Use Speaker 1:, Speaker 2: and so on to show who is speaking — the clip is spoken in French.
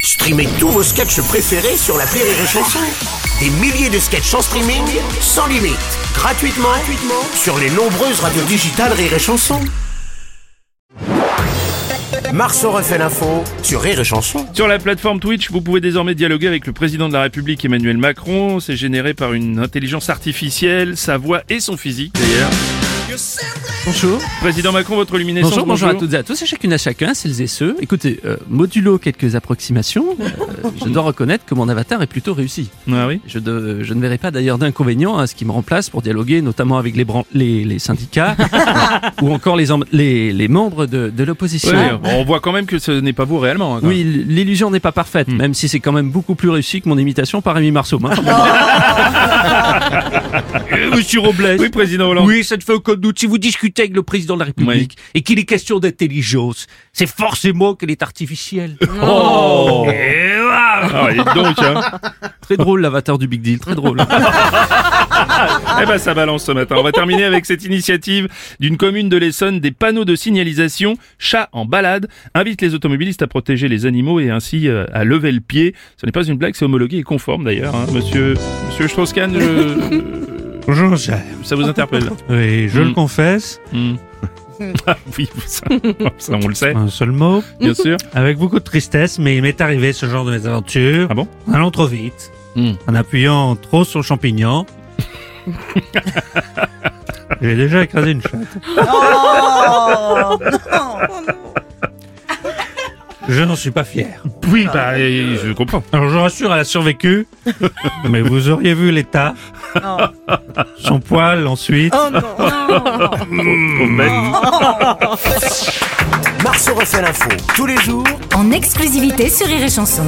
Speaker 1: Streamez tous vos sketchs préférés sur la Rire et Chanson. Des milliers de sketchs en streaming, sans limite, gratuitement, gratuitement sur les nombreuses radios digitales Rire et Chanson. Marceau refait l'info sur Rire et Chanson.
Speaker 2: Sur la plateforme Twitch, vous pouvez désormais dialoguer avec le président de la République Emmanuel Macron. C'est généré par une intelligence artificielle, sa voix et son physique d'ailleurs.
Speaker 3: Bonjour.
Speaker 2: Président Macron, votre luminescence.
Speaker 3: Bonjour, bonjour, à toutes et à tous, à chacune à chacun, celles et ceux. Écoutez, euh, modulo quelques approximations, euh, je dois reconnaître que mon avatar est plutôt réussi.
Speaker 2: Ah oui.
Speaker 3: Je, de- je ne verrai pas d'ailleurs d'inconvénient à ce qui me remplace pour dialoguer notamment avec les, bran- les, les syndicats ou encore les, em- les, les membres de, de l'opposition.
Speaker 2: Ouais, bon, on voit quand même que ce n'est pas vous réellement. hein, quand
Speaker 3: Oui, l'illusion n'est pas parfaite,
Speaker 2: Hmm.
Speaker 3: même si c'est quand même beaucoup plus réussi que mon imitation par Rémi Marceau. hein. Euh, Monsieur Robles.
Speaker 2: même. Oui, président Hollande.
Speaker 3: Oui, ça ne fait aucun doute. Si vous discutez avec le président de la République et qu'il est question d'intelligence, c'est forcément qu'elle est artificielle.
Speaker 2: Oh. Ah, et donc, hein.
Speaker 3: Très drôle l'avatar du Big Deal, très drôle.
Speaker 2: eh ben, ça balance ce matin. On va terminer avec cette initiative d'une commune de l'Essonne. Des panneaux de signalisation chat en balade invite les automobilistes à protéger les animaux et ainsi euh, à lever le pied. Ce n'est pas une blague, c'est homologué et conforme d'ailleurs. hein. Monsieur, Monsieur Strauss-Kahn, je-
Speaker 4: Bonjour, Jean.
Speaker 2: ça vous interpelle
Speaker 4: Oui, je
Speaker 2: Mm.
Speaker 4: le confesse,
Speaker 2: Hmm. Ah oui, ça, ça, on le sait,
Speaker 4: un seul mot,
Speaker 2: bien sûr.
Speaker 4: avec beaucoup de tristesse, mais il m'est arrivé ce genre de mésaventure.
Speaker 2: Ah bon
Speaker 4: En allant trop vite,
Speaker 2: Mm.
Speaker 4: en appuyant trop sur le champignon. J'ai déjà écrasé une chatte. Je n'en suis pas fier.
Speaker 2: Oui, bah, et je comprends.
Speaker 4: Alors je rassure, elle a survécu, mais vous auriez vu l'état. Son poil ensuite.
Speaker 1: Marceau refait l'info tous les jours
Speaker 5: en exclusivité sur Rire et Chanson.